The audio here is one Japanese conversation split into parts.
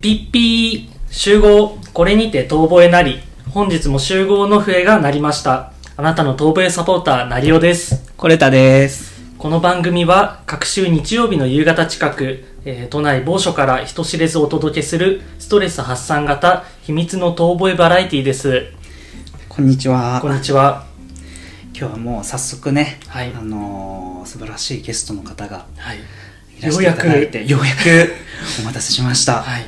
ピッピー集合これにて遠吠えなり本日も集合の笛が鳴りましたあなたの遠吠えサポーターなりおですコレタです。この番組は各週日曜日の夕方近く、えー都内某所から人知れずお届けするストレス発散型秘密の遠吠えバラエティーですこんにちは。こんにちは今日はもう早速ね、はいあのー素晴らしいゲストの方がはいいらしていただいて、ようやくお待たせしました。はい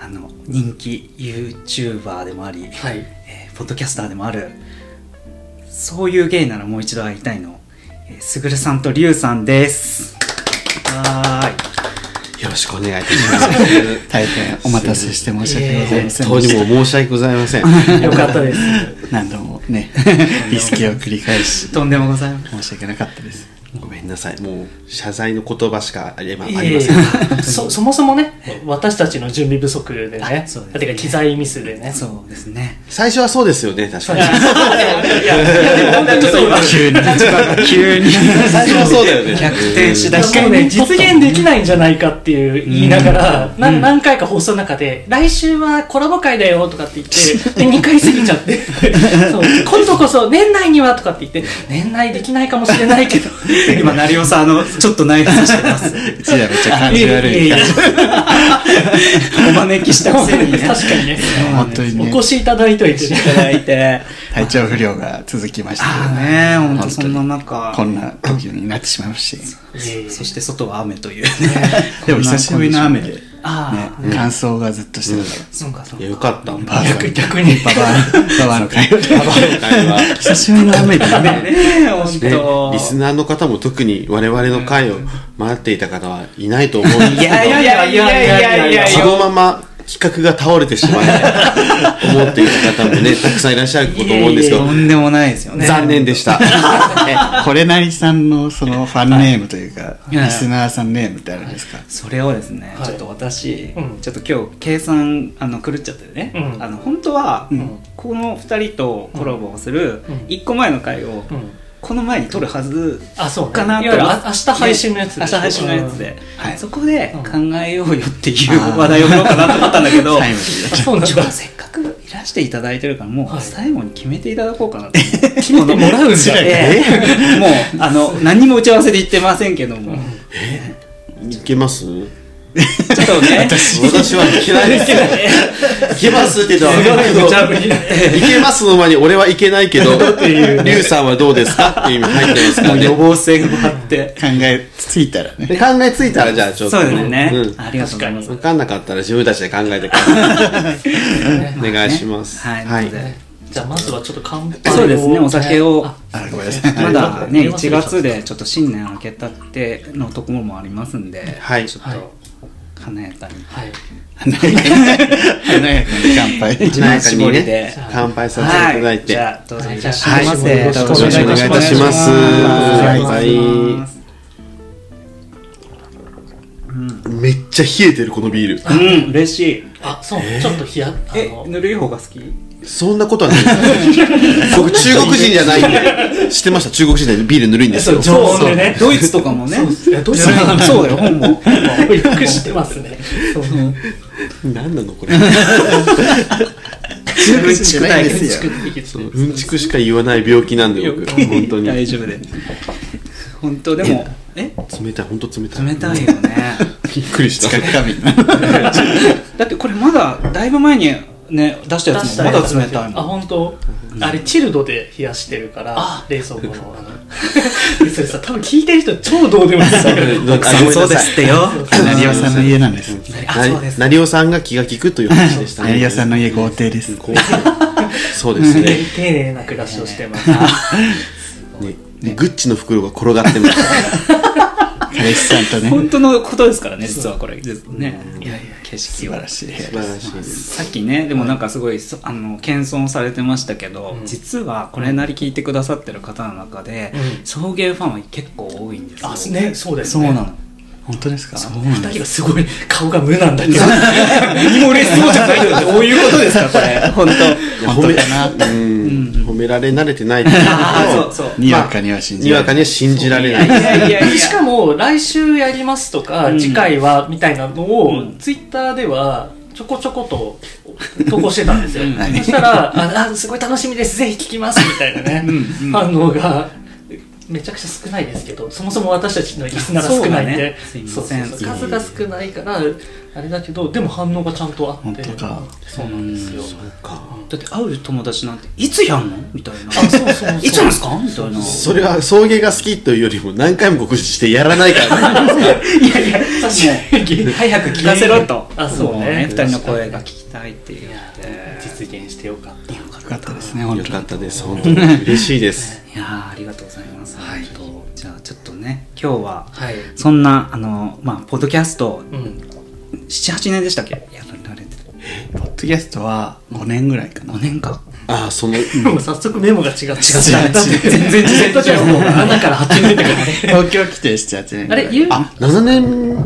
あの人気 YouTuber でもあり、はいえーポッドキャスターでもある、そういうゲイならもう一度会いたいの、えーすぐるさんとりゅうさんです。はよろしくお願いいたしま すーい。。大変お待たせして申し訳ございません本で当したにもう申し訳ございません。よかったです 何度もね、 リスケを繰り返し、とんでもございません。申し訳なかったです。 ごめんなさい。もう謝罪の言葉しかありまいあえいりえません。そそもそもね私たちの準備不足でねあそうですねだってか機材ミスでねそうですね。 最初はそうですよね、確かに。いやいやでも本当にそう今急に、急に。最初はそうだよね。逆転しだし確かにね、実現できないんじゃないかっていう言いながら、な何回か放送の中で、来週はコラボ会だよとかって言って、で、2回過ぎちゃ って、そう今度こそ年内にはとかって言って、年内できないかもしれないけど、今、成尾さん、あの、ちょっと内発してます。うちらめっちゃ感いやいやいやお招きしたくせにね。確かにね、本当におね。越しいただいといてね、いただいて。体調不良が続きましたけどああねね、本当そんな中。こんな時になってしまいましそして外は雨という。 でも久しぶりの雨で、ね、ああ。乾燥がずっとしてたかそうか、そういかやよかった。ら、バ逆逆に。ババアババアの会話で 会話久しぶりの雨でねねえ、本ね、当。リスナーの方も特に我々の会を待っていた方はいないと思うんですけど、いやいやいやいやいやいそや。のまま企画が倒れて しまい、思っている方もね、たくさんいらっしゃると思うんですけどと、んでもないですよね。残念でした。これなりさんのそのファンネームというか、いリスナーさんネームってあるんですか、それをですね、はいちょっと私、うんちょっと今日計算あの狂っちゃってね、うんあの本当は、んこの2人とコラボをするうん1個前の回を、うんこの前に撮るはずあ、そうかなね。いとわゆる思って、あ明日配信のやつ明日配信のやつで、はいそこで考うえようよっていう話題をやろうかなと思ったんだけど タイムリーあだそうなんちょっだと。せっかくいらしていただいてるからもはいう最後に決めていただこうかなと 思って、決めてもらうんだ。 ええもうあの何にも打ち合わせで言ってませんけども、いけますちょっとね私はいけないです。いけますけど、いごい無茶ぶりけますの前に俺はいけないけど、リュウさんはどうですかっていう意味入ってますからもうね。予防線もあって考えついたらねで考えついたらじゃあちょっと。そうですね、うんありがとうございます分かんなかったら自分たちで考えてくだ さい。お願いします。はい、はいじゃあまずはちょっと乾杯をそうですねお酒をああごめんなさいまだはいね1月でちょっと新年明けたってのところもありますんで、はいちょっはいと華やかにはい華やかに乾杯 一番絞りではい乾杯させていただいて。じはゃあどうぞはいいらっしゃいませ、はいよろしくい、よろしくお願いいたします。はいははいい。めっちゃ冷えてる、このビーうん嬉しいあそう、ちょっと冷やあ えのぬるい方が好きル。そんなことはない です。僕、中国人じゃないんで。知ってました中国人でビールぬるいんですよ。常温でねドイツとかもねえどうぬるいそうだよ本もよく知ってますねそう何なのこれ。十分近いですよ作っていけてうんちくしか言わない病気なんで、僕。本当に。大丈夫で本当でもえ冷たい、本当冷たい。冷たいよね びっくりした。近く神 だってこれまだだいぶ前にね出したやつもまだ冷たいあもん本当あれチルドで冷やしてるから冷蔵庫のあのでそれさ多分聞いてる人超どうでもいいんだけどなんかそうですってよ成尾さんの家なんですあそうですなりおさんが気が利くという話でしたね。成尾さんの家豪邸ですこうそうですね。丁寧な暮らしをしてますねグッチの袋が転がってます。彼氏さんとね本当のことですからね実はこれねいやいや景素色晴をらしい部屋素晴らしいです。さっきねでもなんかすごいそあの謙遜されてましたけど、実はこれなり聞いてくださってる方の中で、うん送迎ファンは結構多いんですよあねそうですそうねなの本当ですかそうなん二で人すがすごい顔が無なんだけど何も嬉しそうじゃないよどういうことですかこれ本当いや褒め本当かうん褒められ慣れてないっていうあのーとそうそうにわかには信じにらわれなかいには信じられないいやいやいやいやしかも来週やりますとか、うん次回はみたいなのを、うんツイッターではちょこちょこと投稿してたんですよ、はいそしたらああ「すごい楽しみですぜひ聞きます」みたいなねうんうん反応がめちゃくちゃ少ないですけどそもそも私たちのリスナーが少ないんでそうだねそうそすいませんうそう数が少ないからあれだけどでも反応がちゃんとあって本当かそうなんですよだって会う友達なんていつやんのみたいなあそうそうそういつなんですかみたいなそれは送迎が好きというよりも何回も告知してやらないからね いやいや確かに早く聞かせろとあそうね2人の声が聞きたいっていうの実現してよかったよかったですね本よ当かったです本当に嬉しいですでいやーありがとうございます、はい、じゃあちょっとね今日ははいそんなあのまあポッドキャストうん78年でしたっけやられてたポッドキャストは5年ぐらいかな5年かああそのもう早速メモが違 って違う全然事前じゃあもう穴から張ってみてからね東京来て78年ぐらいあれゆうあ7年6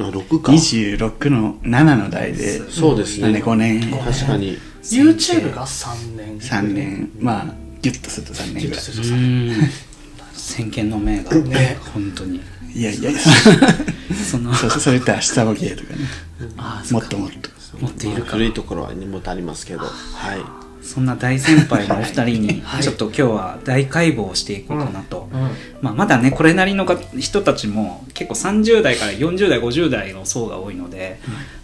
あ6か26の7の代でそうですねなんで5年確かに YouTube が3年3年まあギュッとすると3年ぐらうーん先見の明がね本当にいいやいやいやそのそそれと明日ボケとかねあーそもっっかともっと持っているまあか古いところはもっとありますけどはいそんな大先輩のお二人にはいちょっと今日は大解剖をしていこうかなと、うんまあ、まだねこれなりのが人たちも結構30代から40代50代の層が多いので、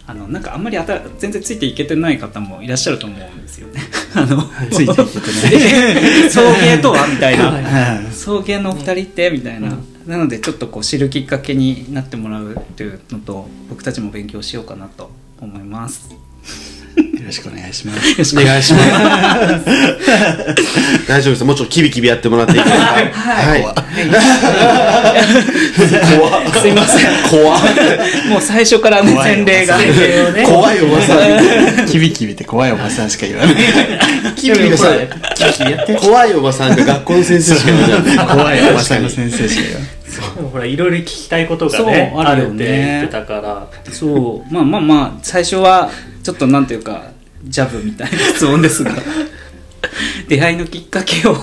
あのなんかあんまりあた全然ついていけてない方もいらっしゃると思うんですよねあのついていけてない送迎とはみたいなはいはい送迎のお二人ってみたいな、なのでちょっとこう知るきっかけになってもらうというのと僕たちも勉強しようかなと思います。よろしくお願いしますお願いします大丈夫ですもうちょっとキビキビやってもらっていい ですかはい怖すいません怖もう最初からね怖い前例が前例をね怖いおばさんキビキビって怖いおばさんしか言わないキビキビさでも 怖いおばさんが学校の先生しかいない怖いおばさんの先生しか言わないでもほらいろいろ聞きたいことがねそうああるよるっねて言ってたからそうまあまあまあ最初はちょっとなんていうかジャブみたいな質問ですが出会いのきっかけを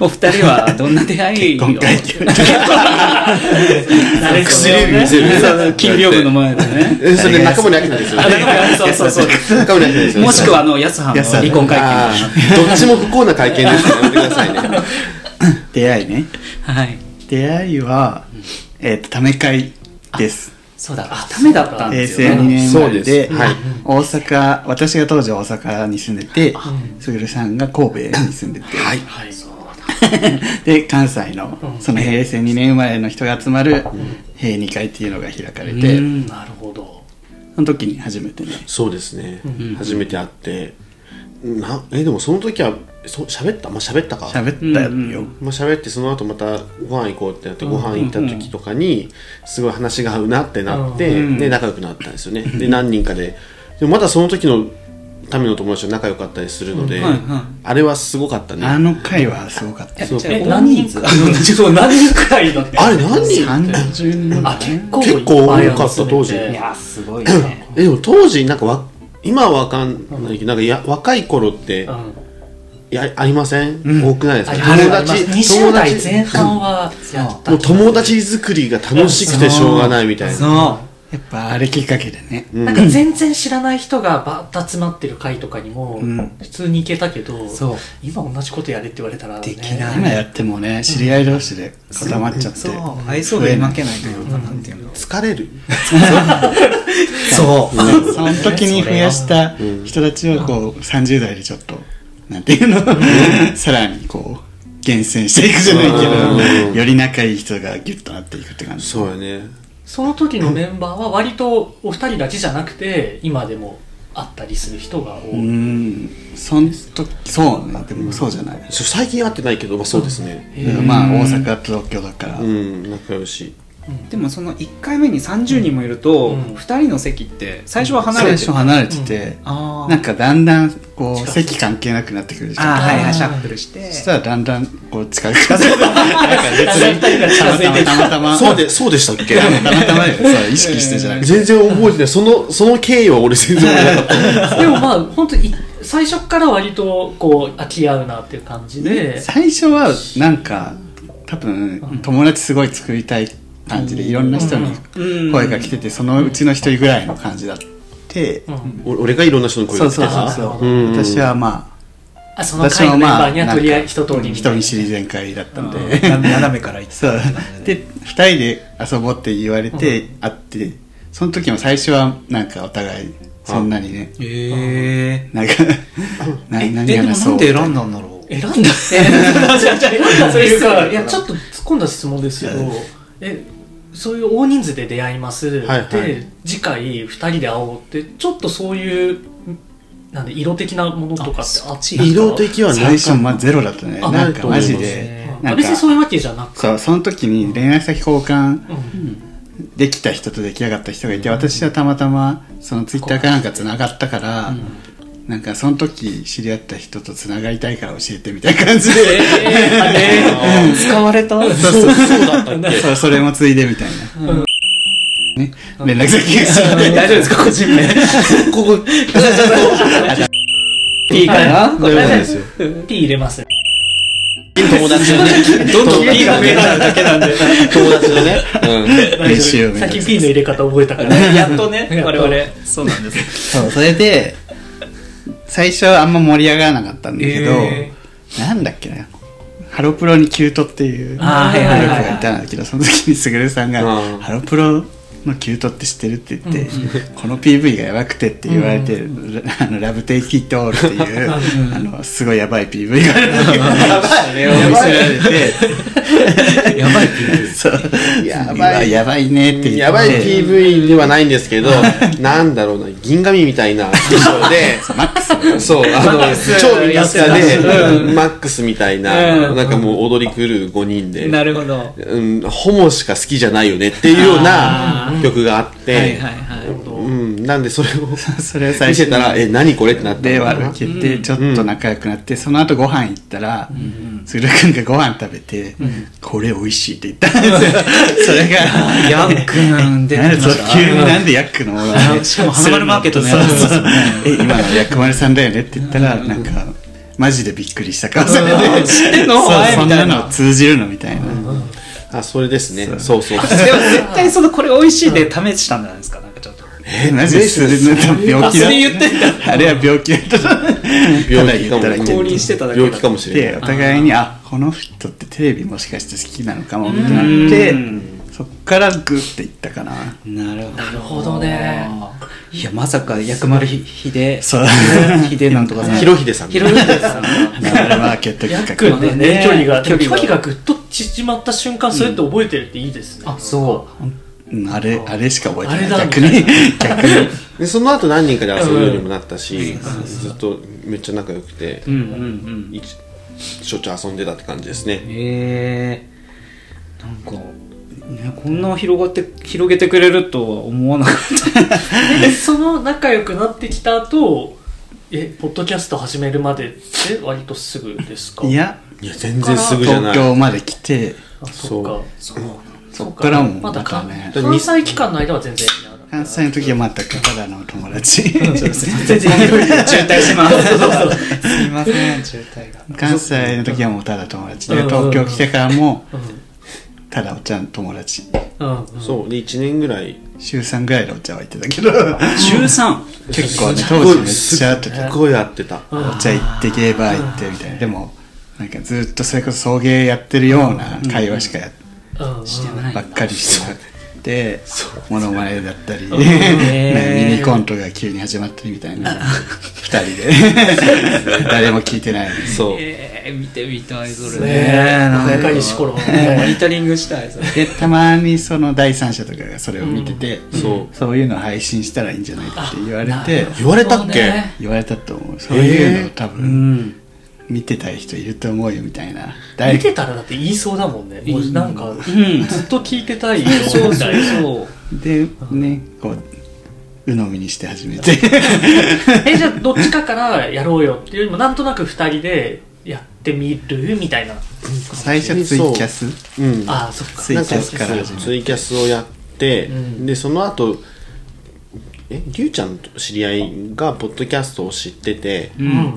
お二人はどんな出会いを結婚会見慣れそうだよね薬指見せるそう金屏風の前でねえそれ中森明菜ですよあねだからそうそうそう中森明菜ですよねもしくはあの安羽の離婚会あ見ーどっちも不幸な会見ですからやめてくださいね 出会いねはい出会いはえっとため会ですそうだあためだったんで平すよ成2ね年生まれそうでですはい大阪私が当時大阪に住んでてすぐるさんが神戸に住んでてはいはいそうだ で関西のうんその平成2年生まれの人が集まる平二会っていうのが開かれうてんなるほどその時に初めてねそうですね、初めて会ってなえでもその時はそ喋ったまあ喋ったか喋ったよまあ喋ってその後またご飯行こうってなってご飯行った時とかにすごい話が合うなってなって、で仲良くなったんですよ ねで何人かででもまだその時のための友達と仲良かったりするので、はいはいあれはすごかったねあの会はすごかったそうええ何何人人数かそう何人くらいだってあれ何人30人あ結構結構多かったいぱい集めて当時いやすごいねえでも当時なんかわ今はわかんないけどなんかや若い頃って、うんやありません、多くないですかある友あります達20友代達前半はやったもう友達作りが楽しくてしょうがないみたいなそやっぱあれきっかけでねなんか全然知らない人がバーッと集まってる回とかにもん普通に行けたけど、そう今同じことやれって言われたら、ね、できない今やってもね知り合い同士で固まっちゃっうてそう愛想で負けないというかなんていうの疲れるそうその時に増やした人たちをこう30代でちょっとなんていうのさらにこう厳選していくじゃないけうんどより仲いい人がギュッとなっていくって感じそうよねその時のメンバーは割とお二人だけじゃなくて今でもあったりする人が多い、うんそん時そうねでもそうじゃないそう最近会ってないけど、まあ、そうですねまあ大阪と東京だからうん仲良しでもその1回目に30人もいるうと、ん2人の席って最初は離れて最初る、離れてて、あーなんかだんだんこ近うく席関係なくなってくるじゃんあーはいはあーいシャッフルしてそしたらだんだんこう近づかせてなんかだん だん二人が近づいてたまたまたまたまそうでそうでしたっ けたまたまよそう意識してじゃなくて全然覚えてないそのその経緯は俺 全然覚えてなかったでもまあ本当に最初から割とこう空き合うなっていう感じで最初はなんか多分友達すごい作りたい感じでいろんな人にうん声が来ててそのうちの一人ぐらいの感じだってうん俺俺がいろんな人の声そをう聞そうけそうたそううんうん私はまああその私会のメはンまバあーにはとりあえずな一んか通りみた人いな見知り全開だったんで斜めから行って そうで2人で遊ぼうって言われて会ってその時も最初はなんかお互いそんなにねへえなんかなえ何でも話なそうんみたでいな選んだんだろう選んだ選んだというか いやちょっと突っ込んだ質問ですけどうんえそういう大人数で出会います、はいはいで次回2人で会おうってちょっとそういうなんで色的なものとかってあっち色的はな最い初まあゼロだったねあなんかマジないとであなん別かにそういうわけじゃなくそうその時に恋愛先交換うんできた人と出来上がった人がいて私はたまたまそのツイッターかなんかつながったから、なんかその時知り合った人とつながりたいから教えてみたいな感 じで使われたそうそうそうそれもついでみたいな、ね連絡先が知らない 大丈夫ですか個人名ここいいかな大丈夫ですよ P 入れます友達のねどんどん P が増えただけなんで友達のね練習をさっき P の入れ方覚えたからやっとねやっと我々そうなんですそうそれで最初はあんま盛り上がらなかったんだけど、えなんだっけなハロプロにキュートっていうグルあーーはいはいプはいはいがいたんだけどその時にすぐるさんがうん「ハロプロのキュートって知ってる?」って言って、この PV がやばくて」って言われて「ラあのラブテイキットオール」っていうあのすごいやばい PV があるんだけどそれを見せられてやばい PV そうややばばいいやばいねって言ってやばい PV ではないんですけどなんだろうな銀紙みたいな衣装でマックスそう、あの、ス超ミニスタで、やってたうんマックスみたいな、うんなんかもう踊り狂う5人で、なるほどうん、ホモしか好きじゃないよねっていうような曲があって、はいはいはいうん、なんでそれをそれを最見初せにたら、え、何これってなって。で悪く言ってちょっと仲良くなって、その後ご飯行ったら、鶴くんがご飯食べて、これ美味しいって言ったん ですよ。それが、ヤックン出なんてきでそまうした急になんでヤックのものがねしかも花丸マーケットのやつそうそうそうえ、今のヤック丸さんだよねって言ったら、なんか、マジでびっくりした顔されて、知ってんのそうお前そんみたないのな通じるのみたいな。あ、それですね。そうそう。 でも絶対そのこれ美味しいで試したんじゃないですかなんかちょっとえ、マジでそれ病あ気そだれ。言ってんだあれは病気だった。ただ病気か言っもただけ降臨してただけだ病気かもしれないで。お互いにあこの人ってテレビもしかして好きなのかもってなってうんそっからグッていったかななるほどなるほどねいやまさか薬丸ひひでそう ひでなんとかさんひろひでさん。広げてさマーケットヤック企画ンでねね距離が距距離が離がぐっと縮まった瞬間それって覚えてるっていいですねあそううんあれあれしか覚えてないあれだ逆に逆にで、その後何人かで遊ぶようにもなったし、ずっとめっちゃ仲良くてう、んうんうんいしょっちゅう遊んでたって感じですね。へえなんか、ね、こんな広がって広げてくれるとは思わなかったでその仲良くなってきた後えポッドキャスト始めるまでって割とすぐですか いやいや、全然すぐじゃない東。京まで来てあそっかそうそっからもまだかなんかね関西期間の間は全然いなかった関西の時はまたただのお友達全然渋滞しますすいません渋滞が関西の時はもうただ友達でうん東京来てからもただお茶の友達うんうんそう。で、1年ぐらい。週3ぐらいでお茶は行ってたけど中3結 構ねすっ当ご時いめっちゃあったけどすっごい会ってた。お茶行ってゲーバー行ってみたいなでもなんかずっとそれこそ送迎やってるような会話しかやうんうんばっかりしてなくてモノマネだったり なんかへーミニコントが急に始まったりみたいな二人で 誰も聞いてないそう。ええ見てみたいそねれえなんか若い石ころモニタリングしたいそれでたまにその第三者とかがそれを見ててそうそういうの配信したらいいんじゃないかって言われて言われたっけそうね言われたと思うそういうのを多分見てたい人いると思うよみたいな見てたらだって言いそうだもんね。もうなん か、んずっと聞いてたいよ。そうそうみたいなそうでねこう鵜呑みにして始めて え、じゃあどっちかからやろうよっていうよりも、なんとなく二人でやってみるみたいな。最初ツイキャスうんああ、そっか。ツイキャスかならん始そうめツてイキャスをやって、うんでその後えりゅうちゃんと知り合いがポッドキャストを知ってて、うん。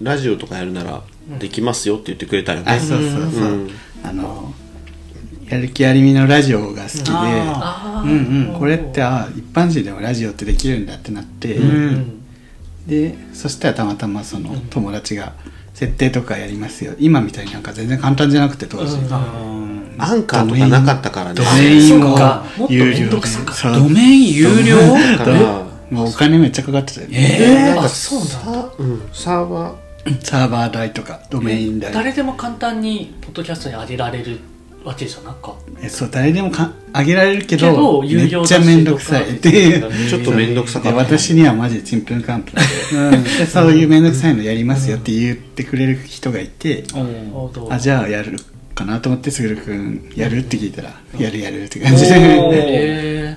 ラジオとかやるならできますよって言ってくれたよあね、そうそうそう、うんあのやる気ありみのラジオが好きであああ、うんうんこれってあ一般人でもラジオってできるんだってなって、うんん。でそしたらたまたまその友達が設定とかやりますよ今みたいになんか全然簡単じゃなくて当時、うんドアンカーとかなかったからねメインそうをかもっと有めん料どでくさかったそうドメイン有料だからもうお金めっちゃかかってたよね、えなんー、かあ、そうなんだ。サーうん、サーバサーバー代とかドメイン代誰でも簡単に、ポッドキャストに上げられるわけじゃなかった。えそう誰でもか上げられるけどけどめ有料っだしちゃ面倒くさいっていうーちょっと面倒くさかでった私にはマジでちんぷんかんぷんででそういう面倒くさいのやりますよって言ってくれる人がいて、おーどうあじゃあやるかなと思ってすぐるくんやるって聞いたら、やるやるって感じでおーえ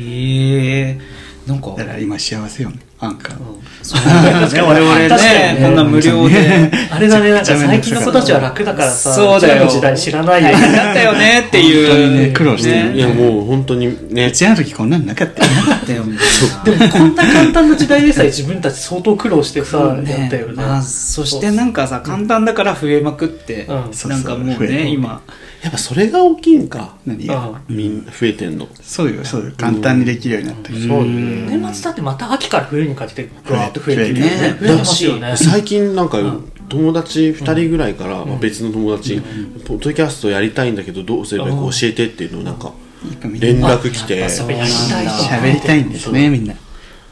ええなんかだから今幸せよねアンカー、そうだね我々確かねにねこんな無料でーあれだね、なんか最近の子たちは楽だからさ、そうだようちらの時代知らない よ大。変だったよねっていう本当にね苦労してーるいやもう本当にねうちらの時こんなんな かったよねだよねでもこんな簡単な時代でさえ自分たち相当苦労してさ、やったよね。まあ、そしてなんかさ簡単だから増えまくって、うんそうなんかもう増えてね今やっぱそれが大きいんか何うがんみんな増えてんのそうよそうよ簡単にできるようになった、そうね年末だってまた秋から冬にかけてぐわーっと増えてるよねね増えてますよね。最近なんか友達2人ぐらいから、まあ別の友達、ポッドキャストやりたいんだけどどうすればいいか教えてっていうのをなんかやっぱみんな連絡来てそうやりたいし喋りたいんですねみんな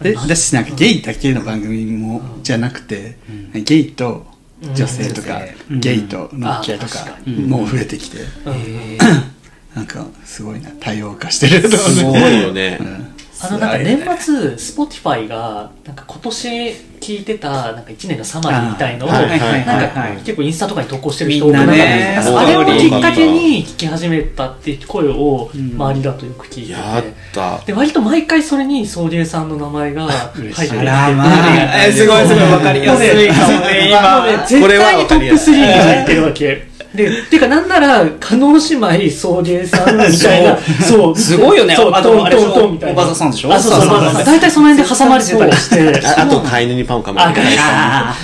でだしなんかゲイだけの番組もじゃなくて、ゲイと女性とか、うんゲイとノッキアとあか確、もう増えてきて、うんなんかすごいな多様化してるとす思ごういよね、あのなんか年末、Spotify が、なんか今年聞いてた、なんか1年のサマリーみたいのを、あーなはんいはいはいか結構インスタとかに投稿してる人多みくなんなかったねですかあれをそうきっかけに聞き始めたっていう声を、周りだとよく聞いて。やってたで、割と毎回それに送迎さんの名前が入って嬉しきいて。あらまあ えすごいすごいわかりやすいかもね今ね、今絶これは対わにかトりップやす3いに入ってるわけ。で、てかなんなら、加納姉妹、送迎さんみたいな、そう。すごいよねそう、あのトあンれでトしょントンみたいな。おばさんでしょあ、そうそう、そうそうまあ大体その辺で挟まれてたりして。ああと飼い犬にパンをかまれあ、てかあ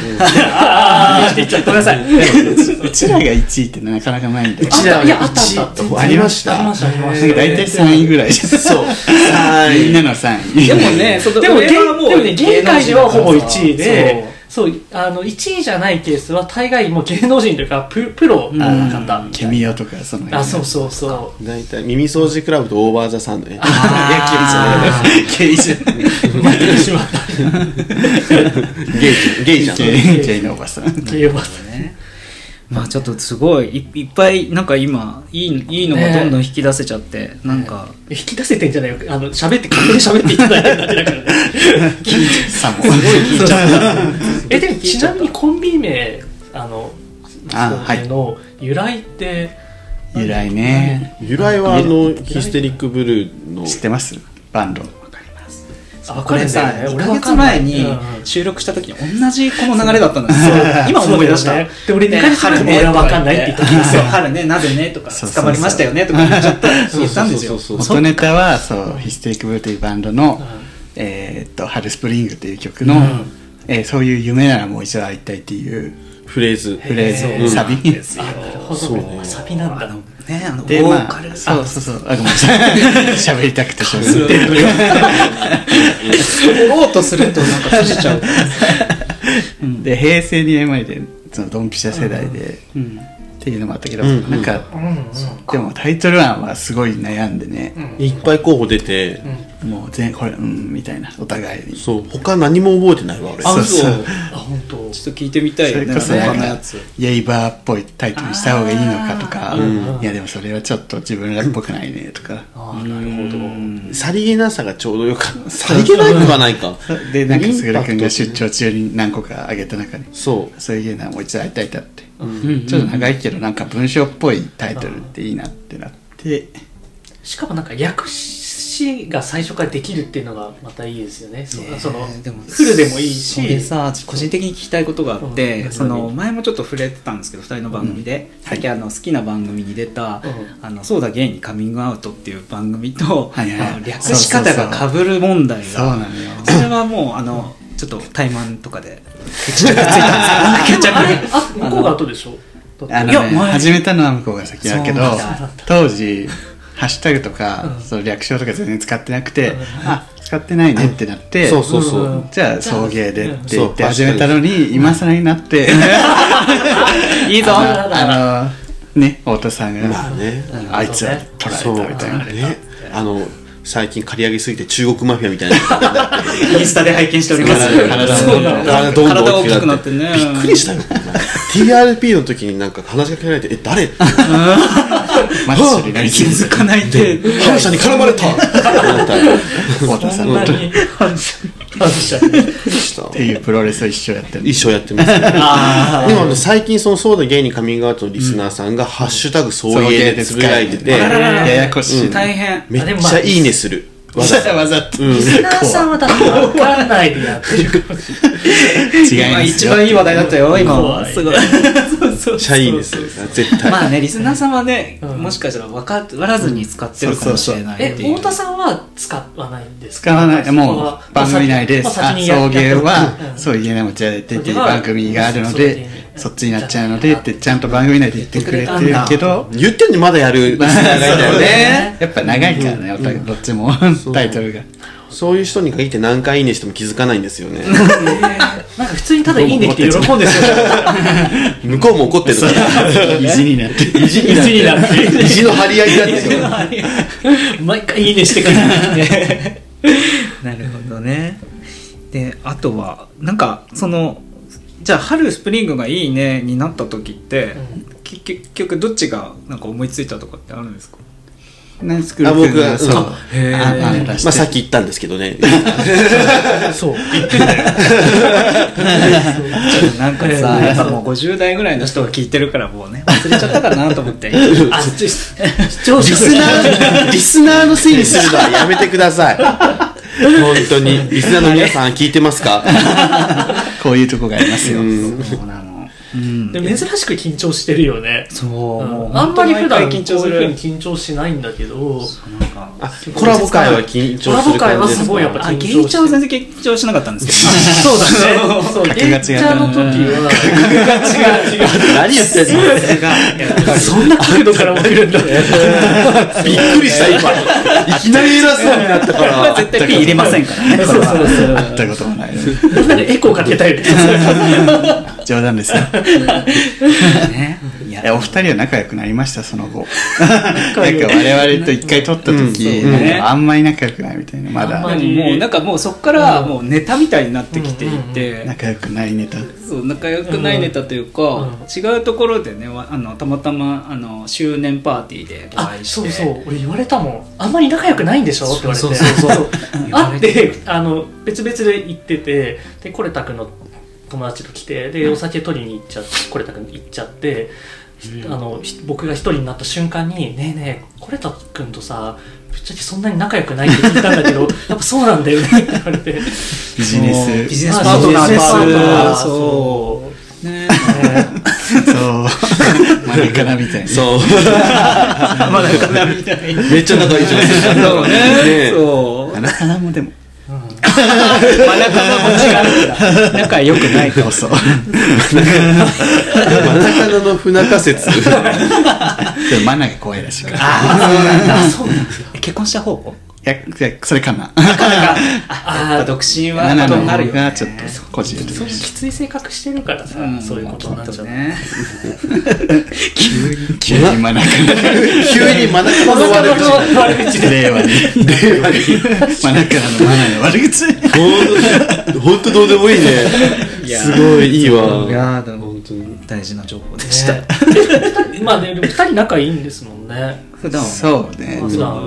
あー言っちゃったごめんなさいうちらが1位ってなかなかないんだよあったいやあったあった一全然ありましあたりましたありましたなんか大体3位ぐらいじゃんそう3みん位なの3位でもねそのでも、上げんはもうでもね、芸界ではほぼ1位 そうで、そう、あの、1位じゃないケースは、大概もう芸能人というか、ププロの方。ケミオとかその辺あ、そうそうそう。大体耳掃除クラブとオーバーザさんのねあケ イジ待ってしまったっゲイゲイじゃんケイケイのおばさんていうことまあちょっとすごいいいっぱいなんか今いいいいのがどんどん引き出せちゃって、なんか、引き出せてんじゃないよ。あの、喋って、勝手に喋っていただいてるだけだから。 さも聞いちゃったえ、でも、ちなみにコンビ名、あの、あはいそうの由来って、由来ね由来はあのヒステリックブルーの知ってますバンドあこれさ、わかるんだ1よねヶ月前に俺わかんないうんうん収録した時に同じこの流れだったんですよ。今思い出そしうだたよね。で俺二回目春の時も俺はわかんないって言ったんですよそう春ね、なぜねとか、そうそうそう捕まりましたよねとか言っちゃった言ったんですよ。そうそうそうそう元ネタはそうヒステリックブルーというバンドの「えーっと春スプリング」という曲のえーそういう夢ならもう一度会いたいっていうフレーズフレーズへーをサビそうなんですよ。なるほそうどねね。サビなんだ。ね、あの、ボでまーカル あそうそうそうあごめんなさい喋りたくて喋ってる取ろうとするとなんか閉じちゃう。で平成2年前でそのドンピシャ世代で、っていうのもあったけど、んうんなんか、うんうん。でもタイトル案はすごい悩んでね、いっぱい候補出て、もう全これうんみたいなお互いにそう他何も覚えてないわ俺ああ、そうそそうう。あ本当ちょっと聞いてみたいそよれね。こそ他なんのかやつ。イェイバーっぽいタイトルにした方がいいのかとか、あーうんいやでもそれはちょっと自分らっぽくないねとか、あーなるほどさりげなさがちょうどよかったさりげないとかないか でなんかインパクすぐトる君が出張中に何個かあげた中にそそういうのはもう一度会いたいだって、うんちょっと長いけどなんか文章っぽいタイトルっていいなってなってしかもなんか訳詞が最初からできるっていうのがまたいいですよねそそのでもフルでもいいしそれさ個人的に聞きたいことがあって、うんその前もちょっと触れてたんですけど2人の番組で、さっきあの好きな番組に出た「うんあのそうだゲイにカミングアウト」っていう番組と、はいはいあの略し方がかぶる問題そうながのよそれはもうあのちょっと怠慢とかで決着がついたんですけど決着でもあれあ向がこうが後でしょだあっの、ていねや前始めたのは向こうが先だけどそなうんだ当時ハッシュタグとか、うんその略称とか全然使ってなくて、うんあ使ってないねってなって、うそうそうそう、うんじゃあ送迎でって言ってそう始めたのに今更になって、いいぞあら あのね太田さんが、まあねあいつは取られたそうみたいなねあの最近刈り上げすぎて中国マフィアみたいなインスタで拝見しております体そうなんだ体どんどん大きくなってねびっくりしたよ TRP の時になんか話しかけられて「え誰?」ってマッシュになり気すぎづかないで「反社に絡まれた!」ってなったびっ太田さそんんなとっに反射反射でくりしたていうプロレスを一生やってる一生やってますでもあの最近その「そうだ芸にカミングアウト」のリスナーさんが「ハッシュタグそういでつぶやいててあらららややこしい、大変めっちゃ「いいね」するわざわざと、リスナーさんは多分分からないでやってるから違い今ます一よ番いい話題だったよ今怖いすごいそうそうめっちゃいいねする絶対 まあねリスナーさんはねうんもしかしたら分かわらずに使ってるかもしれないえっていう太田さんは使わないんですか使わないもう番組内ですあ送迎はうそういうのもじゃ出ててうん番組があるのでうんそっちになっちゃうのでってちゃんと番組内で言ってくれてるけど言ってんのにまだやるリスナーがいた よねねやっぱ長いからねお互いどっちもタイトルがそういう人に限って何回いいねしても気づかないんですよね なんか普通にただいいねって喜んでそう向こうも怒ってるのか意地になって意地意地になって意地の張り合いになってる よ毎回いいねしてくれるなるほどねであとはなんかそのじゃあ春スプリングがいいねになった時って、き結局どっちがなんか思いついたとかってあるんですか何作ある僕はそうあへーああれらしてまあさっき言ったんですけどねそう なんかさ、やっぱもう50代ぐらいの人が聞いてるからもうね、忘れちゃったかなと思 って。あちょ視聴リ者スナーリスナーのせいにするのはやめてください本当にリスナーの皆さん聞いてますかこういうとこがありますよそうなの。うん。でも珍しく緊張してるよねそうう、もうんあんまり普段緊張こすういうふうにる。緊張しないんだけどなんかあコラボ会は緊張する感じですコかラボ会はすごいやっぱあ、ゲイちゃんは全然緊張しなかったんですけそう だねそう格が違ゲうンチャーの時は何言ってんのど。さすが。 そんな角度からも来るんだ びっくりした今いきなり偉そうになったかこれはら絶対 P 入れませんからね。そうそうそう会ったこともないなんかエコーかけたいよね冗談ですよ ね。いいやお二人は仲良くなりましたその後なんか我々と一回撮った時、うんうんなんかあんまり仲良くないみたいなまあんまだりもうなんかもうそこからもうネタみたいになってきていて、仲良くないネタそう仲良くないネタというか、うん違うところでねわあのたまたまあの周年パーティーでおあ会いしてそうそう俺言われたもんあんまり仲良くないんでしょって言われてそうそうそう そう会ってあの別々で行っててでコレタクの友達と来てでお酒取りに行っちゃってコレタクに行っちゃって、あのひ僕が一人になった瞬間に「ねえねえコレタ君とさぶっちゃけそんなに仲良くないって聞いたんだ けどやっぱそうなんだよね」って言われて ビビジネビスジネスパートナービジネスパートナーそそううねそうマネかなみたいなそうまだかなみたいなめっちゃ仲いいじゃないですかそうねねそうマネかなもでも真ん中も違うから仲良くないかそうそう真中野の不仲 説でもマナが怖いらしいからああそうなんだ 結婚した方や、いやそれかな。ああ独身は7ことのになる方よねがちょっとこじれるそういうきつい性格してるからさ、そういうことになっちゃう、ね。急に、急に真中急に真中の悪口真中の悪口の、令和に、令和に真中の真中の悪口。本当どうでもいいねいやすごいいいいわやーでも本当に大事な情報でした、ね、え まあね、でも二人仲いいんですもんね。普段はそうねまあ。普段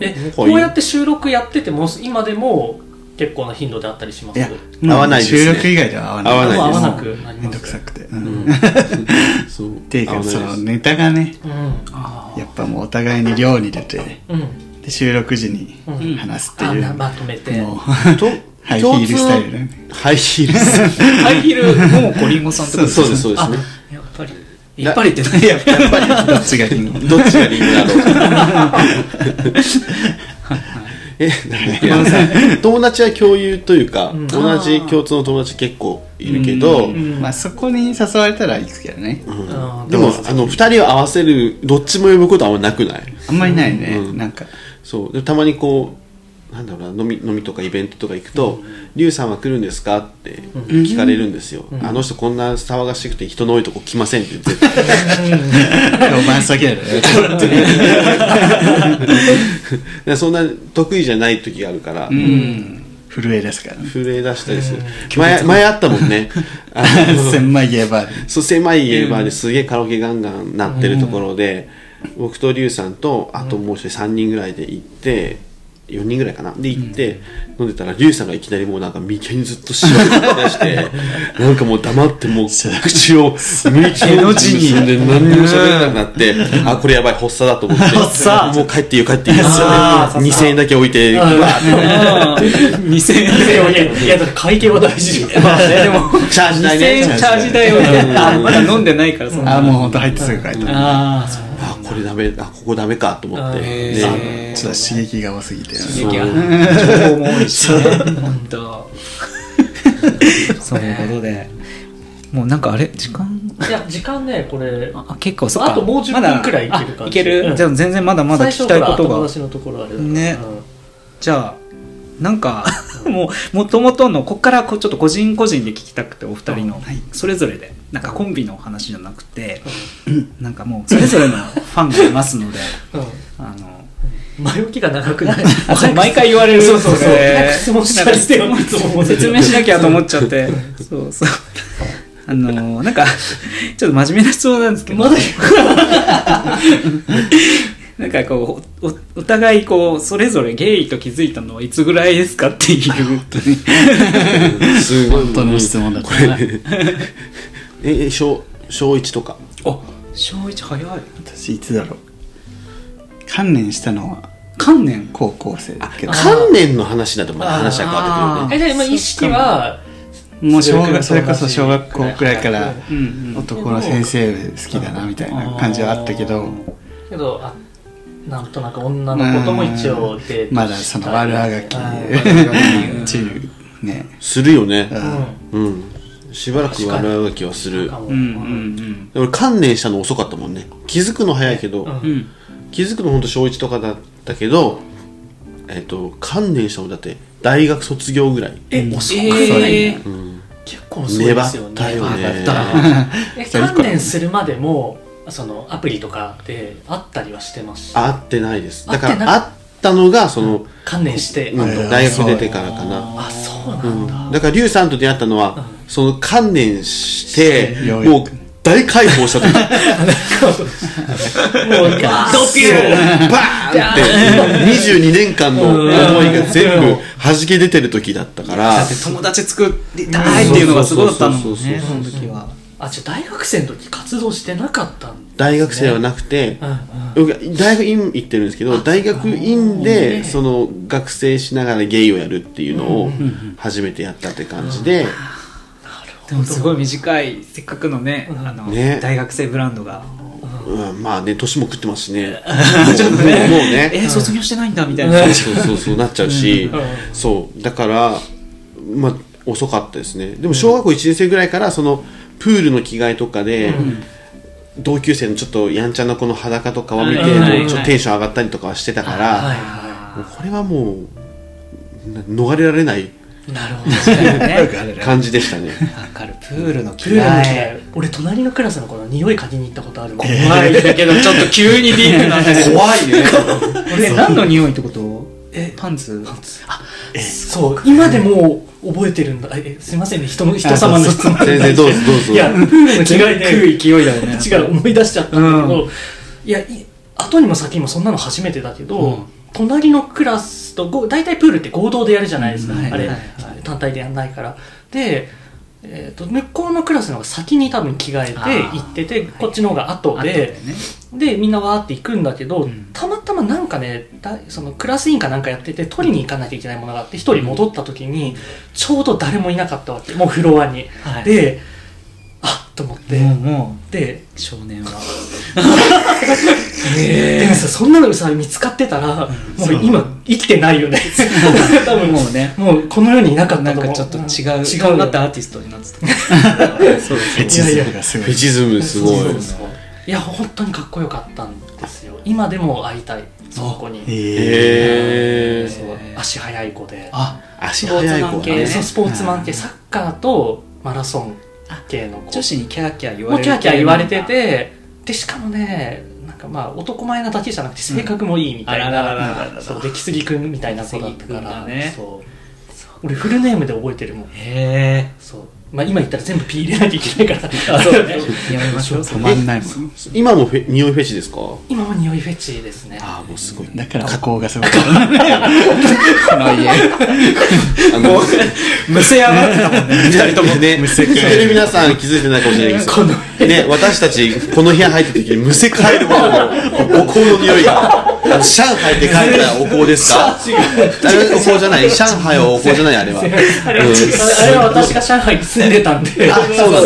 え、こ仲いいうやって収録やってても、今でも結構な頻度であったりしまいすや、合わないですね収録以外では合わない。合わないもうで合すわなくなりめんまどくす。さくて。うんそうっていう合かわないそでのすネタがねうん。あやっぱもうお互いに寮に出てあ。うん。で収録時にうん話すってあいう、なまとめて。もうと ハイヒールスタイルね共通のハイヒールスタイハイヒールもう コリンゴさんってことルそうですそうであすね、やっぱり。やっぱりって何やっぱりどっちがリンゴどっちがリンゴだ ろうえなんだっけ友達は共有というか、同じ共通の友達結構いるけど、うんまあそこに誘われたら行くけどね、あーでもあの二人を合わせるどっちも呼ぶことはあんまなくないあんまりないね、うんなんかそうでたまにこうなんだろうな飲み飲みとかイベントとか行くと「リュウさんは来るんですか?」って聞かれるんですよ、あの人こんな騒がしくて人の多いとこ来ません」って絶 対ロマンスだけだよねでそんな得意じゃない時があるから、うん震えですからね震え出したりする前前あったもん ねあの狭い言えばそう狭い家バーですげえカラオケガンガンなってるところで、僕と龍さんとあともう一人3人ぐらいで行って4人ぐらいかなで行って、飲んでたら龍さんがいきなりもうなんか眉間にずっとしわが出 してなんかもう黙ってもう口を眉間の字に結んで何にも喋れなくなってあこれやばい発作だと思って発作もう帰っていいよ帰っていいよあー2000円だけ置いてうわーって2000円でもねいや、だって会計は大事よ。まあねでもチャージ代ね2000円チャージ代をうねんあまだ飲んでないからそんなあもうほんと入ってすぐ帰った、ああそうあこれダメあここダメかと思ってあでへーちょっと刺激が多すぎて刺激がそう情報も多いしね本当そういうことでもうなんかあれ時間いや、時間ね、これ。あ結構そっかあともう10分まだくらいいけるあ感いじける、うんじゃあ全然まだまだ最初聞きたかいらこと友が達のところあれだねうんじゃあなんか もうもともとのこっからこうちょっと個人個人で聞きたくてお二人の、それぞれでなんかコンビの話じゃなくて、なんかもうそれぞれのファンがいます のでうんあの前置きが長くない毎回言われるそうそうそうれ早く質問したりしてよいつも思ってる説明しなきゃと思っちゃってそうそう あのなんかちょっと真面目な質問なんですけど まだなんかこうおおお互いこうそれぞれゲイと気づいたのはいつぐらいですかっていうすごい本当の質問だったこれええ小小一とか あ小一早い私いつだろう観念したのは観念高校生だけど観念の話だとまだ話は変わってくるえじねゃあ今意識はもう小それくらい学それこそ小学校くらいからうんうん男の先生好きだなみたいな感じはあったけどけどあなんとなく女の子とも一応デートまだその悪あがきうん中ねするよねうんうんしばらく悪あがきはするかもうんうん俺観念したの遅かったもんね気づくの早いけど、うんうんうん気づくのほんと小一とかだったけどえっ、と観念したのだって大学卒業ぐらい、え遅くないえー結構遅い粘ですよったねよねえ観念するまでもそのアプリとかであったりはしてます会ってないですだか会ってらな会ったのがその、観念してうんあとうん大学出てからかなあそうなんだだから龍さんと出会ったのは、その観念してしてようやくもう大解 放した時もうガーッドピューバーンって22年間の思いが全部弾け出てる時だったからだって友達作りたいっていうのがすごかったのそうもんそうそうねそうその時はあじゃあ大学生の時活動してなかったんだ大学生はなくて、うんうん僕大学院行ってるんですけど大学院でその学生しながらゲイをやるっていうのを初めてやったって感じで、でもすごい短いせっかくのねあのね大学生ブランドがうんまあね年も食ってますしねちょっともうもう ねえー卒業してないんだみたいうんなそうそうそうなっちゃうし、んそうだからまあ遅かったですねでも小学校1年生ぐらいからそのプールの着替えとかで、同級生のちょっとやんちゃな子の裸とかを見て、はいはいはいちょっとテンション上がったりとかはしてたから、はいはいこれはもうな逃れられないなるほどねわかるわ感じでしたねかるプールのプールの嫌い嫌い俺隣のクラスの子の匂い嗅ぎに行ったことあるもん怖いんだけどちょっと急にディープなんです怖いねえ何の匂いってことえパンツそう今でも覚えてるんだえすいませんね人の人様の質問先生どうぞどうぞいやプールの違いで食う勢いだよね違う思い出しちゃったんだけど、いやい後にも先にもそんなの初めてだけど、うん隣のクラスとご大体プールって合同でやるじゃないですか、うんはいあれ、はい単体でやんないからで、えー、と向こうのクラスの方が先に多分着替えてあー行っててこっちの方が後あで、とでねでみんなわーって行くんだけど、んたまたまなんかねだそのクラス委員かなんかやってて取りに行かなきゃいけないものがあって一人戻った時にちょうど誰もいなかったわけもうフロアに、はいであっと思って、もうもでう少年はでもさそんなのさ見つかってたら、もう今生きてない よね多分ももうねうもうこの世にいなかったなんと思かうちょっとん違う違とんうがよったアーティストになってたそうフェチズムがすごフェいチズムすごいそうそうそういや本当にかっこよかったんですよ今でも会いたいその子に、えへえそう足速い子であ足早いス子ポーツマンだ系ねそうスポーツマン系うんサッカーとマラソン系の子女子にキャーキャー言わもうれるキャーキャー言われててでしかもねなんかまあ男前なだけじゃなくて性格もいいみたいあらな、らららららそう出来すぎくんみたいな子だったか出来すぎくんだら、ねそう俺フルネームで覚えてるもんへそう、まあ、今言ったら全部 P 入れなきゃいけないからそうねやめましょう止まんないもん今もフェ匂いフェチですか今も匂いフェチですねああもうすごいだから加工がすごいこの家あのえむせやがってたもんね二人ともね、むむせせ返るてる皆さん気づいてないかもしれないけど、このね、私たち、この部屋入った時に、むせ帰るほどのお香の匂いが、あの上海って書いてあるお香ですかあれお香じゃない、上海はお香じゃない、あれ は。あれは、あれは私が上海に住んでたんであそうなんだそう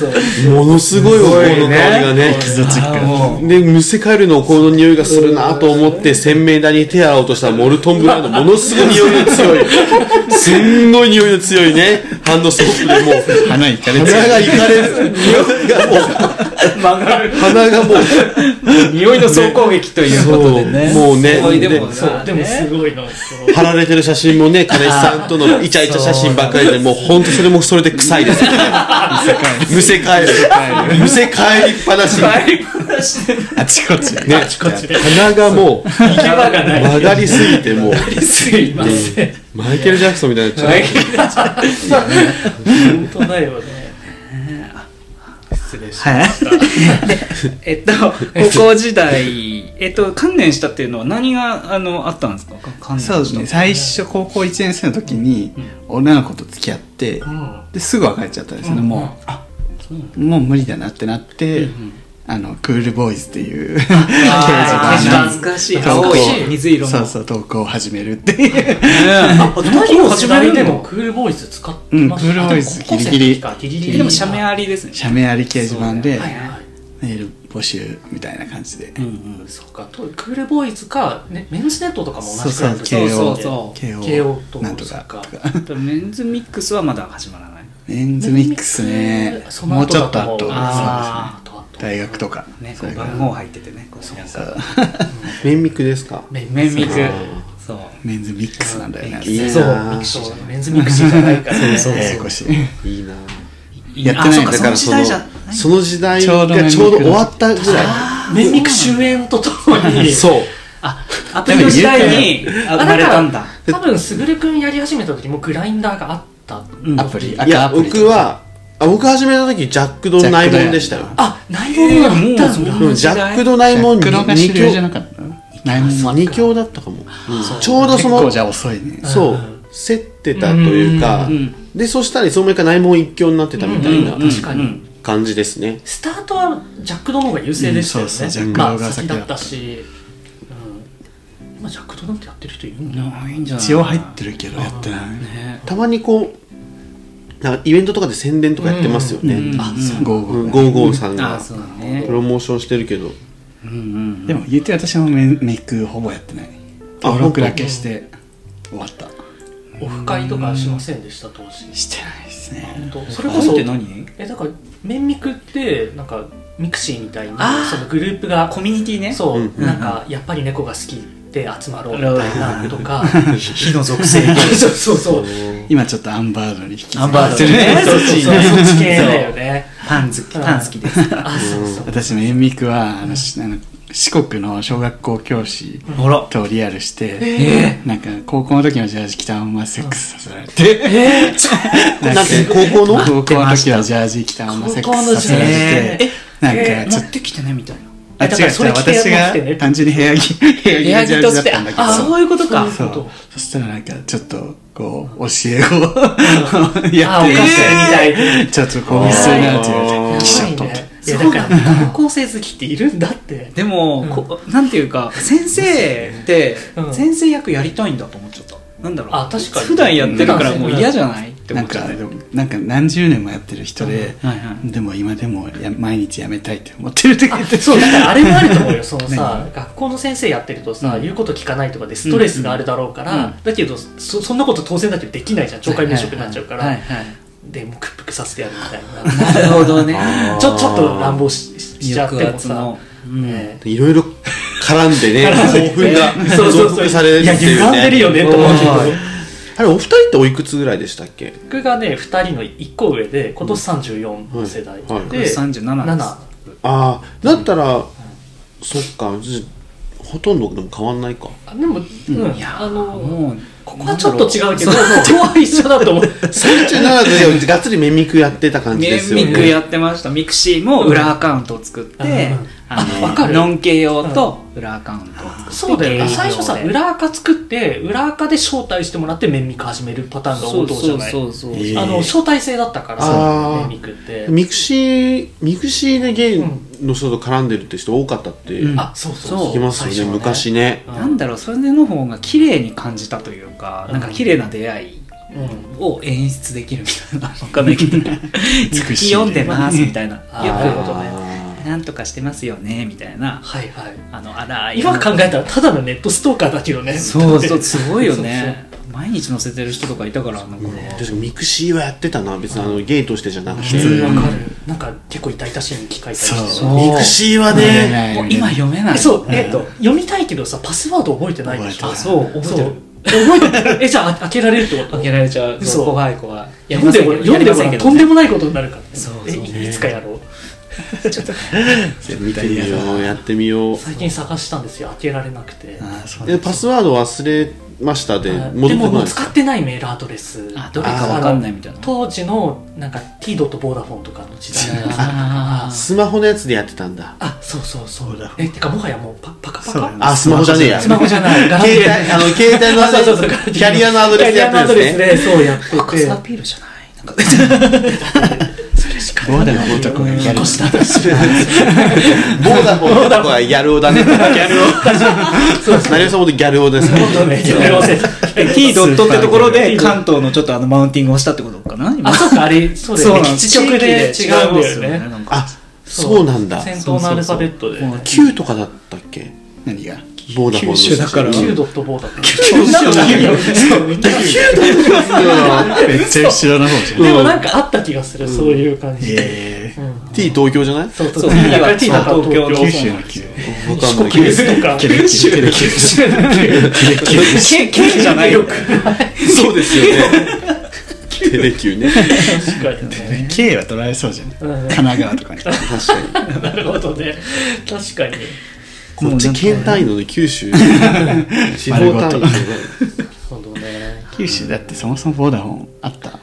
そうそうものすごいお香の香りがね。エキゾチッあクもうで、むせ帰るのお香の匂いがするなと思って、鮮明だに手洗おうとしたモルトンブラウンのものすごい匂いの強い、すんごい匂いの強いね、ハンドソープでもう、花いかれて鼻がいるかれる、 匂いがもう、曲がる鼻がもう、匂いの総攻撃ということでねそうもうねすごいでもでそうでもすごいのそう貼られてる写真もね、彼氏さんとのイチャイチャ写真ばっかりで、もう本当それもそれで臭いです。むせ返る。むせ返りっぱなし。ね、帰り話であちこちあちこちで鼻がもう行き場がない曲がりすぎて、もう、すいませんマイケル・ジャクソンみたいになっちゃ本当だよねはいえっと高校時代えっと観念したっていうのは何があのあったんですか観念したそうですね最初高校1年生の時に女の子と付き合ってんですぐ別れちゃったんですよねうんもうもう無理だなってなってあのクールボーイズっていう掲あー示板懐かしい投稿青い水色のそうそう投稿を始めるっていうねあ、何を始めるででももクールボーイズ使ってうんまクしたールボーイズあでも高校生ギリギリの時かギリギリでも社名ありですね写メあり掲示板ではいはいメール募集みたいな感じでそうかとクールボーイズか、ね、メンズネットとかもそ同うじくらいうその時慶応そうそうそう KO 慶応となんとかとそっか メンズミックスはまだ始まらないメンズミックスねそのもうち後ょだっとと思う後あーそうですね大学とかねそこれうから番号入っててねこうなんかう。メンミクですかメンメンミクあそう メンズミックスなんだよねいいなそうあーミクシーじゃないメンズミクシーじゃないからねややこしいいいな。やってないんあそうだだかからその、その時代ちょうどメンがミクちょうど終わったぐらメンミク終焉とともにい。そう。アプリの時代にあ生まれたんだ多分すぐるくんやり始めた時もグラインダーがあった、んアプリい赤アや、プリとか僕は、あ僕始めた時、ジャックド内門でしたよ。あ内容があったんだ、でもジャックド内門黒が主2流じゃ強、なかったの内門は二強だったかも。うんちょうど結その、構じゃあ遅いねそう、競ってたというか、でそしたらいつの間にか内門一強になってたみたいなうん確かに、感じですね、スタートはジャックドの方が優勢でしたよね、うんそうそうジャックドまあが先先だだっったたし、うん、今ジャックドなんてやってる人いるんだないんじゃない一応入ってるけどやってないねたまにこうなんかイベントとかで宣伝とかやってますよね、うんあそうゴーゴーゴーゴーさんあがあそうだねプロモーションしてるけどうんうんでも言って私もメメイクほぼやってないあ登録だけして終わったオフ会とかしませんでした当時してないですね本当そそれれここそそって何えだからメンミクってなんかミクシーみたいにあーそのグループがコミュニティねそう、うんなんかやっぱり猫が好きって集まろうみたいなとか 火の属性 そうそうそう今ちょっとアンバードに引き継がれアンバードてるねそうそっそうちそうねそっち系だよねパン好きパン好きですあそうそう私の塩味区はあのしあの四国の小学校教師ほらとリアルして、えなんか高校の時のジャージ着たままセックスさせられて、 なんて高校の高校の時はジャージ着たままセックスさせられて、なんかちょっと、てきてねみたいなあえ違だからうそれ違う着て持っ私てがね単純に部屋着部部屋屋着の着ジャとージだしってたあんだけどあそういうことかそなるうほそしたらなんかちょっとこう教えをやあっおてかしいみたいいちょっとこう必要になるって言わあれてー記者と怖いねいやだから高校生好きっているんだってでも、こなんていうか先生ってうん先生役やりたいんだと思っちゃったなんだろうあ確かに普段やってるからもう嫌じゃないってな思っんちゃかったなんか何十年もやってる人で、はいはでも今でもや毎日やめたいって思ってる時 ってそうだからあれもあると思うよそのさ学校の先生やってるとさ、言うこと聞かないとかでストレスがあるだろうから、だけどそそんなこと当然だけどできないじゃん懲戒免職になっちゃうから、はいはいでもう屈服させてやるみたいなるほどねなちょちょっと乱暴しししちゃって抑も圧さの、、うんねいろいろ絡ん でね興奮がそうそう増そう幅されるいや歪んでるよねと思うけどはいあれお二人っておいくつぐらいでしたっけ僕がね2人の1個上で今年34の世代で、はいはい僕37です7ああだったら、そっかじほとんどでも変わんないかあでも、うん、いやあの もうここはちょっと違うけど基本は一緒だ と思う37でがっつりメミクやってた感じですよねミクやってましたミクシーも裏アカウントを作って、うんああわかのるノン系用と裏アカウントを作ってそうだよねゲイ用最初さで裏垢作って裏垢で招待してもらってメンミク始めるパターンがそ王う道じそゃうないそうそう、えーあの招待制だったかあらーメンミクってミクシーミクシーでゲイの人と絡んでるって人多かったってうんあそうそうそう聞きますよ最ね,、初はね昔ねなんだろうそれの方が綺麗に感じたというか、なんか綺麗な出会いうんを演出できるみたいな分かんないけど日記読んでますみたいなよあーなるほどねくなんとかしてますよねみたいなはいはいあの荒い今考えたらただのネットストーカーだけどねそうだそっうてすごいよね毎日載せてる人とかいたからあの頃確かミクシーはやってたな別にあのゲイとしてじゃなくて、う通んにわかるなんか結構痛々しいの機械たりしてそうミクシーは見れねないもう今読めないえそうえっと読みたいけどさパスワード覚えてないでしょ覚えそてうそう覚えてるえじゃあ開けられるってこと開けられちゃう嘘怖い怖いや読りんませでんもけど読んでもやりませんけどとんでもないことになるからそうそうえいいつかやろう見てみようやってみよう最近探したんですよ開けられなくてあーそうでパスワード忘れましたであ戻でってもこないもんうです使っかてないメールアドレスあどれかわかんないみたいなあの当時のなんか T ドとボーダフォンとかの時代だったからあースマホのやつでやってたんだあそうそうそボーダうフォえてかもはやもうパパカパそうだよカねあスマホじゃねえやスマホじゃないガラケ携帯ーあの携帯のあアド そうレそうそうスキャリアのアドレスでやっキャリアのアドてるんですねレスでそうやっててファックスアピールじゃないなんかボーダーの男がやる腰だとするボーダフォンの子はギャル男だねギャル 男成尾さんもギャル男ですね本当ねやめろせ T ドットってところで T 関東のちょっとあのマウンティングをしたってことかな今あそうかあれそうだよねなんです基地局で地違域で違ううんでだすよよねねなんかあそうなんだ先頭のアルファベットでそう Q とかだったっけ何がボーダフォンの九州だから Q ドットボーダフォン九州だけどめっちゃ後ろの方じゃんでもなんかあった気がする、そういう感じ。え T 東京じゃないそうそうそうだから T だから東京ーの九州の九わかんない九けど州とか。九州の九県県じゃないよそうですよねテレキューね確かにね。 K は取られそうじゃんうん神奈川とかに確かになるほどね。確かに。こっち県単位のね 九州地方単位のねそうだね。九州だってそもそもボーダフォンあった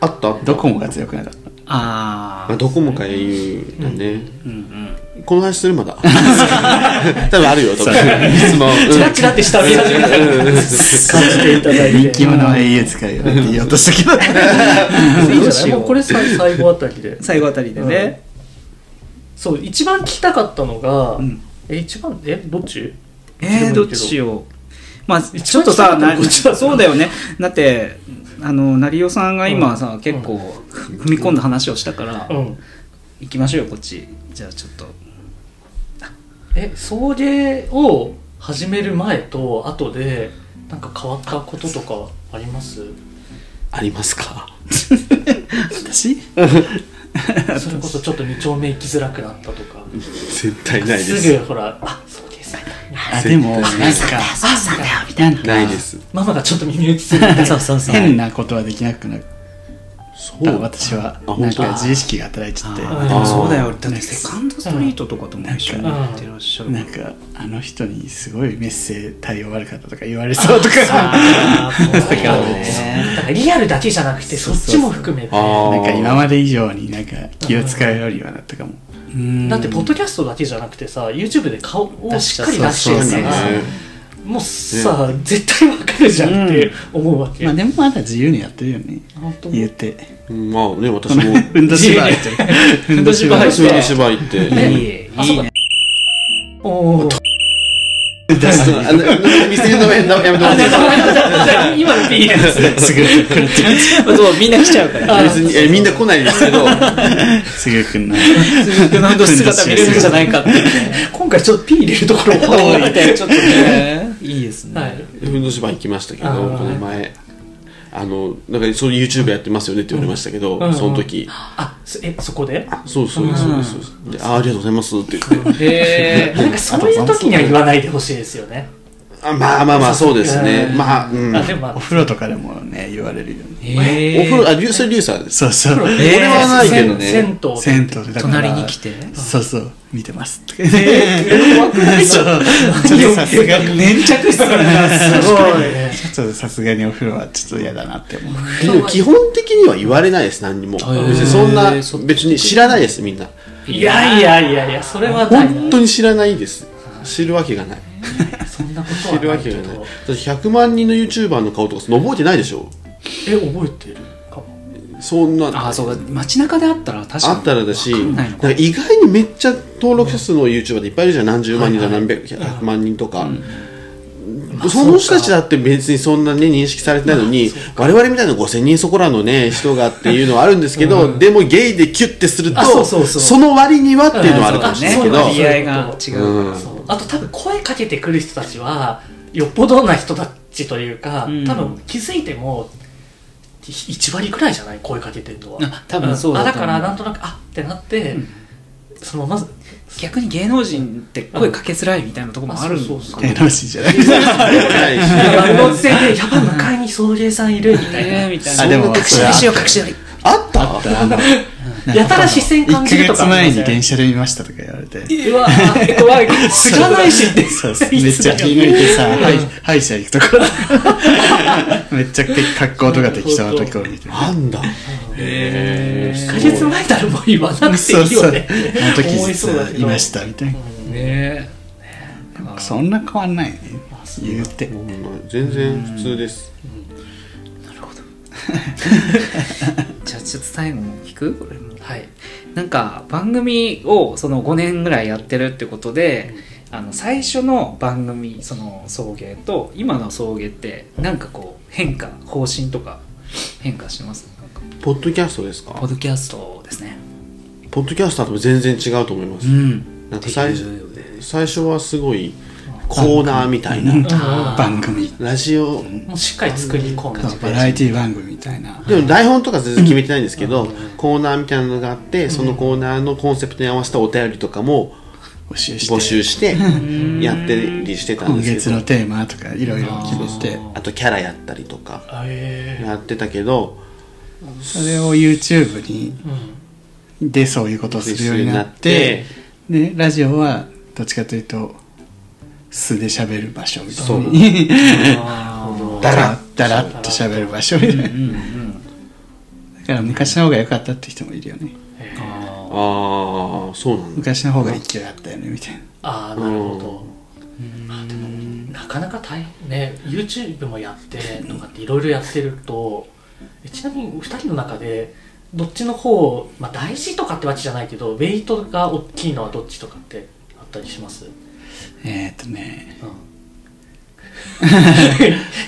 あったあったドコモが強くなかったあまあ、あどこもか au だね、この話するまだ 多分あるよ多分質問チラチラって下見始めたから感じていただいて。人気者は au 使いよって言おうとしいたけどいじゃないもうこれさ最後あたりで。最後あたりでねそう、一番聞きたかったのがん、え、一番、え、どっちえーどっちようまあちょっと一さ番下だなとこっちだそうだよねだってあの成尾さんが今さ結構踏み込んだ話をしたからうん。行きましょうよこっちじゃあちょっとえ、送迎を始める前と後で、なんか変わったこととかありますありますか私それこそちょっと二丁目行きづらくなったとか。絶対ないですすぐほら、あそうです。 あでもなんかなんかないですママがちょっと耳打ちす るみたいなそうそうそう変なことはできなくなっそた私はあな本ん当か自意識が働いちゃってあーでもそうだよだってセカンドストリートとかとも一緒にやってらっしゃるなんかあの人にすごいメッセー対応悪かったとか言われそうとか あーもうだからねだからリアルだけじゃなくてそっちも含めてあー なんか今まで以上になんか気を使うようにはなったかもうんだってポッドキャストだけじゃなくてさ YouTube で顔をしっかり出してるうなんかだらねもうさ、絶対わかるじゃんって思うわけ、まあでもまだ自由にやってるよね言って うんまあね 私もふんどしバーって ふんどしバー私も芝居 っていいあいそういだねおー あそうあの店の名前やめてもらっていいですか今のっていいやつすぐくるって そうみんな来ちゃうから別にえみんな来ないですけどすぐくん ない鈴木の姿見れるんじゃない かって今回ちょっと P 入れるところ思多いっみたいてちょっとねいいです ね、はいふんどしバー行きましたけどあこーの前あのなんかそういう YouTube やってますよねって言われましたけど、んその時、あそえそこであそうそうですそうですそうです、であありがとうございますって言って、へなんかそういう時には言わないでほしいですよねあまあまあまあそうですねうんまあうんあでもまおあ風呂とかでもね言われるよねおえ風呂あリュそれリュウさんですそうそうえー俺はないけ銭どね銭湯銭湯でだから隣に来てそうそう見てますとかそうち ょっとさすがに粘着質がすごいねちょっとさすがにお風呂はちょっと嫌だなって思うでも基本的には言われないです何にも別ーにそんなそっか別に知らないですみんないやいやいやいやそれはない本当に知らないです知るわけがないそんなこと知るはわないけけがないどだって100万人の YouTuber の顔とか覚えてないでしょえ覚えてるかもそんな ああそうか街中であったら確かにあったらだしわかんないのかなんか意外にめっちゃ登録者数の YouTuber でいっぱいいるじゃん何十万人だ何百100万人とか、その人たちだって別にそんなね認識されてないのに、我々みたいな5000人そこらのね人がっていうのはあるんですけど、でもゲイでキュッてするとあそうそうそうの割にはっていうのはあるかもしれないけど、あうそうだね割合が違う、んそうあと多分声かけてくる人たちはよっぽどな人たちというか、うん多分気づいてもひ1割くらいじゃない声かけてるのはあ多分そうだだ,、あだとか思うらなんとなくあってなって、そのまず逆に芸能人って声かけづらいみたいなとこもあるあそうそうそう芸能人じゃないないしロン線で「やば向かいに送迎さんいる」みたえいーみたいなあでも隠しそれ合いしよあったう隠し合いあったああのなやたら視線感じると1ヶか月前にありません電車で見ましたとか言われてうわ怖い知らないしってそうそうめっちゃ気抜いてさ歯歯医者行くとこ ろめっちゃ格好とか適当なところ見てんだへ1ヶ月前だろもう言わなくてそういいそうよあねの思時いそうださけどいましたみたいなねそんな変わんないね言うて全然普通です、 じゃあちょっと最後も聞くこれもはいなんか番組をその5年ぐらいやってるってことで、あの最初の番組その送迎と今の送迎ってなんかこう変化方針とか変化してますなんかポッドキャストですかポッドキャストですねポッドキャスターとも全然違うと思います、んなんか最ってい初う最初はすごいコーナーみたいな、番組ラジオもうしっかり作り込んでバラエティ番組みたいなでも台本とか全然決めてないんですけど、コーナーみたいなのがあってそのコーナーのコンセプトに合わせたお便りとかも募集募して集してやってりしてたんで今月すけのどテーマとかいろいろ決めてあとキャラやったりとかえやってたけどそれを YouTube にえうんでそういうことをするようになってでラジオはどっちかというと素で喋る場所みたいなだらだらっと喋る場所みたいなだから昔の方が良かったって人もいるよねああそうなんだ昔の方が勢いあったよねみたいなああなるほどあでもなかなか大変ね YouTube もやってとかっていろいろやってるとえちなみに2人の中でどっちの方、まあ、大事とかってわけじゃないけどウェイトが大きいのはどっちとかってあったりします、えっ、とねうん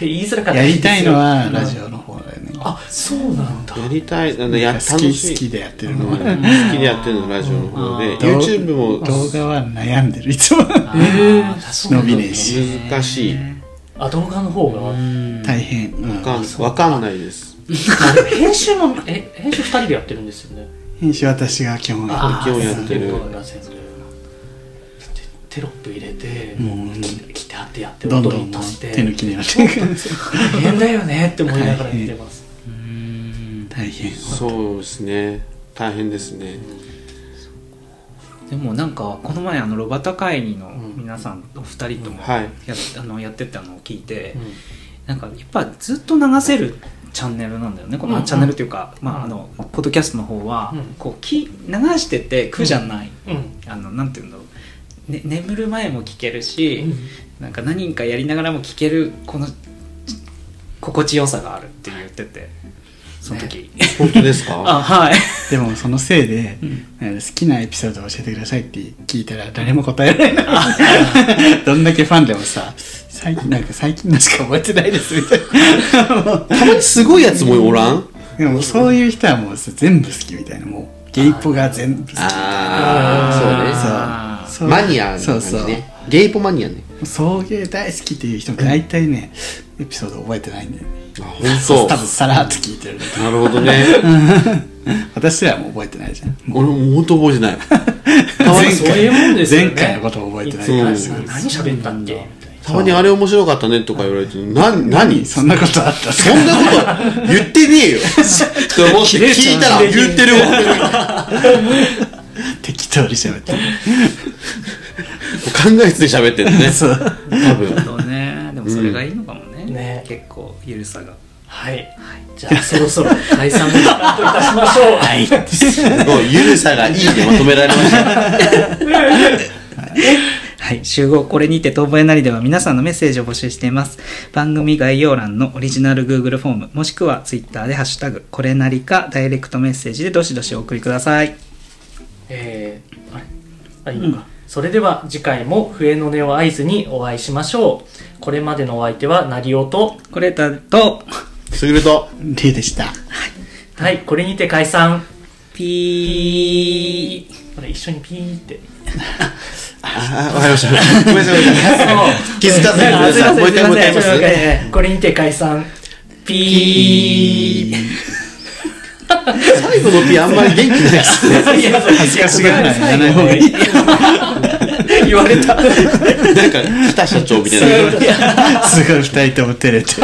言いづらかったやりたいのはうんラジオの方だよねあそうなんだやりたいなんだやなん楽か好しいき好きでやってるのうんは好きでやってるのラジオの方で YouTube も動画は悩んでるいつもえー伸びねえし難しいあ動画の方が、大変、うんわかんわかんないですあでも編集もえ編集2人でやってるんですよね編集私が基本基本やってるテロップ入れて、もうききってやってどん音どんにもう足して手抜きになっていく大変だよねって思いながら見てます、 大変そうですね大変ですねでもなんかこの前あのロバタ会議の皆さんお二人ともうんや,、はいあのやってたのを聞いて、うんなんかやっぱずっと流せるチャンネルなんだよねこの、うんチャンネルというか、うまんあ、あのポッドキャストの方は、うんこうき流してて苦じゃない、うんあのなんていうんだろう、ね、眠る前も聞けるし、なんか何人かやりながらも聞けるこの心地よさがあるって言っててその時、本当ですか あはいでもそのせいで、好きなエピソードを教えてくださいって聞いたら誰も答えられない どんだけファンでもさ最近なんか最近のしか覚えてないですみたいなもうたまにすごいやつもおらんで もそういう人はもうさ全部好きみたいなもうゲイポが全部好きみたいあなあそそううねマニアなそ感うそじうねゲイポマニアね送迎大好きっていう人も大体ねエピソード覚えてないんだよねあそう本多分さらっと聞いてる当なるほどね私らも覚えてないじゃん俺も本当覚えてないたままあにそういうもんですよね前回のことを覚えてないうんからつ何喋ったっけみたいなたまにあれ面白かったねとか言われてな何そんなことあったそんなこと言ってねえよって思って聞いたら言ってるわ適当に喋って考えずに喋ってるねそう多分そうねでもそれがいいのかもね,、んね結構ゆるさがはいじゃあそろそろ解散の時間といたしま しょうはいすごいゆるさがいいでまとめられましたはい。集合これにて遠吠えなりでは皆さんのメッセージを募集しています。番組概要欄のオリジナル Google フォーム、もしくは Twitter でハッシュタグ、これなりかダイレクトメッセージでどしどしお送りください。えー、あれあいいのか、それでは次回も笛の音を合図にお会いしましょうこれまでのお相手はなりおとこれだ と、すぐるとリーでしたはいこれにて解散ピー。ほら一緒にピーってああわかりましたごめんなさいごめんなさい気づかずにごめんなすいませんさいもう一回もう一回言いますいすませんこれにて解散ピー最後のピーあんまり元気な いです ね恥ずかしがらないやらない方がいい 言われた。なんか北社長みたいなすごい二人とも照れ て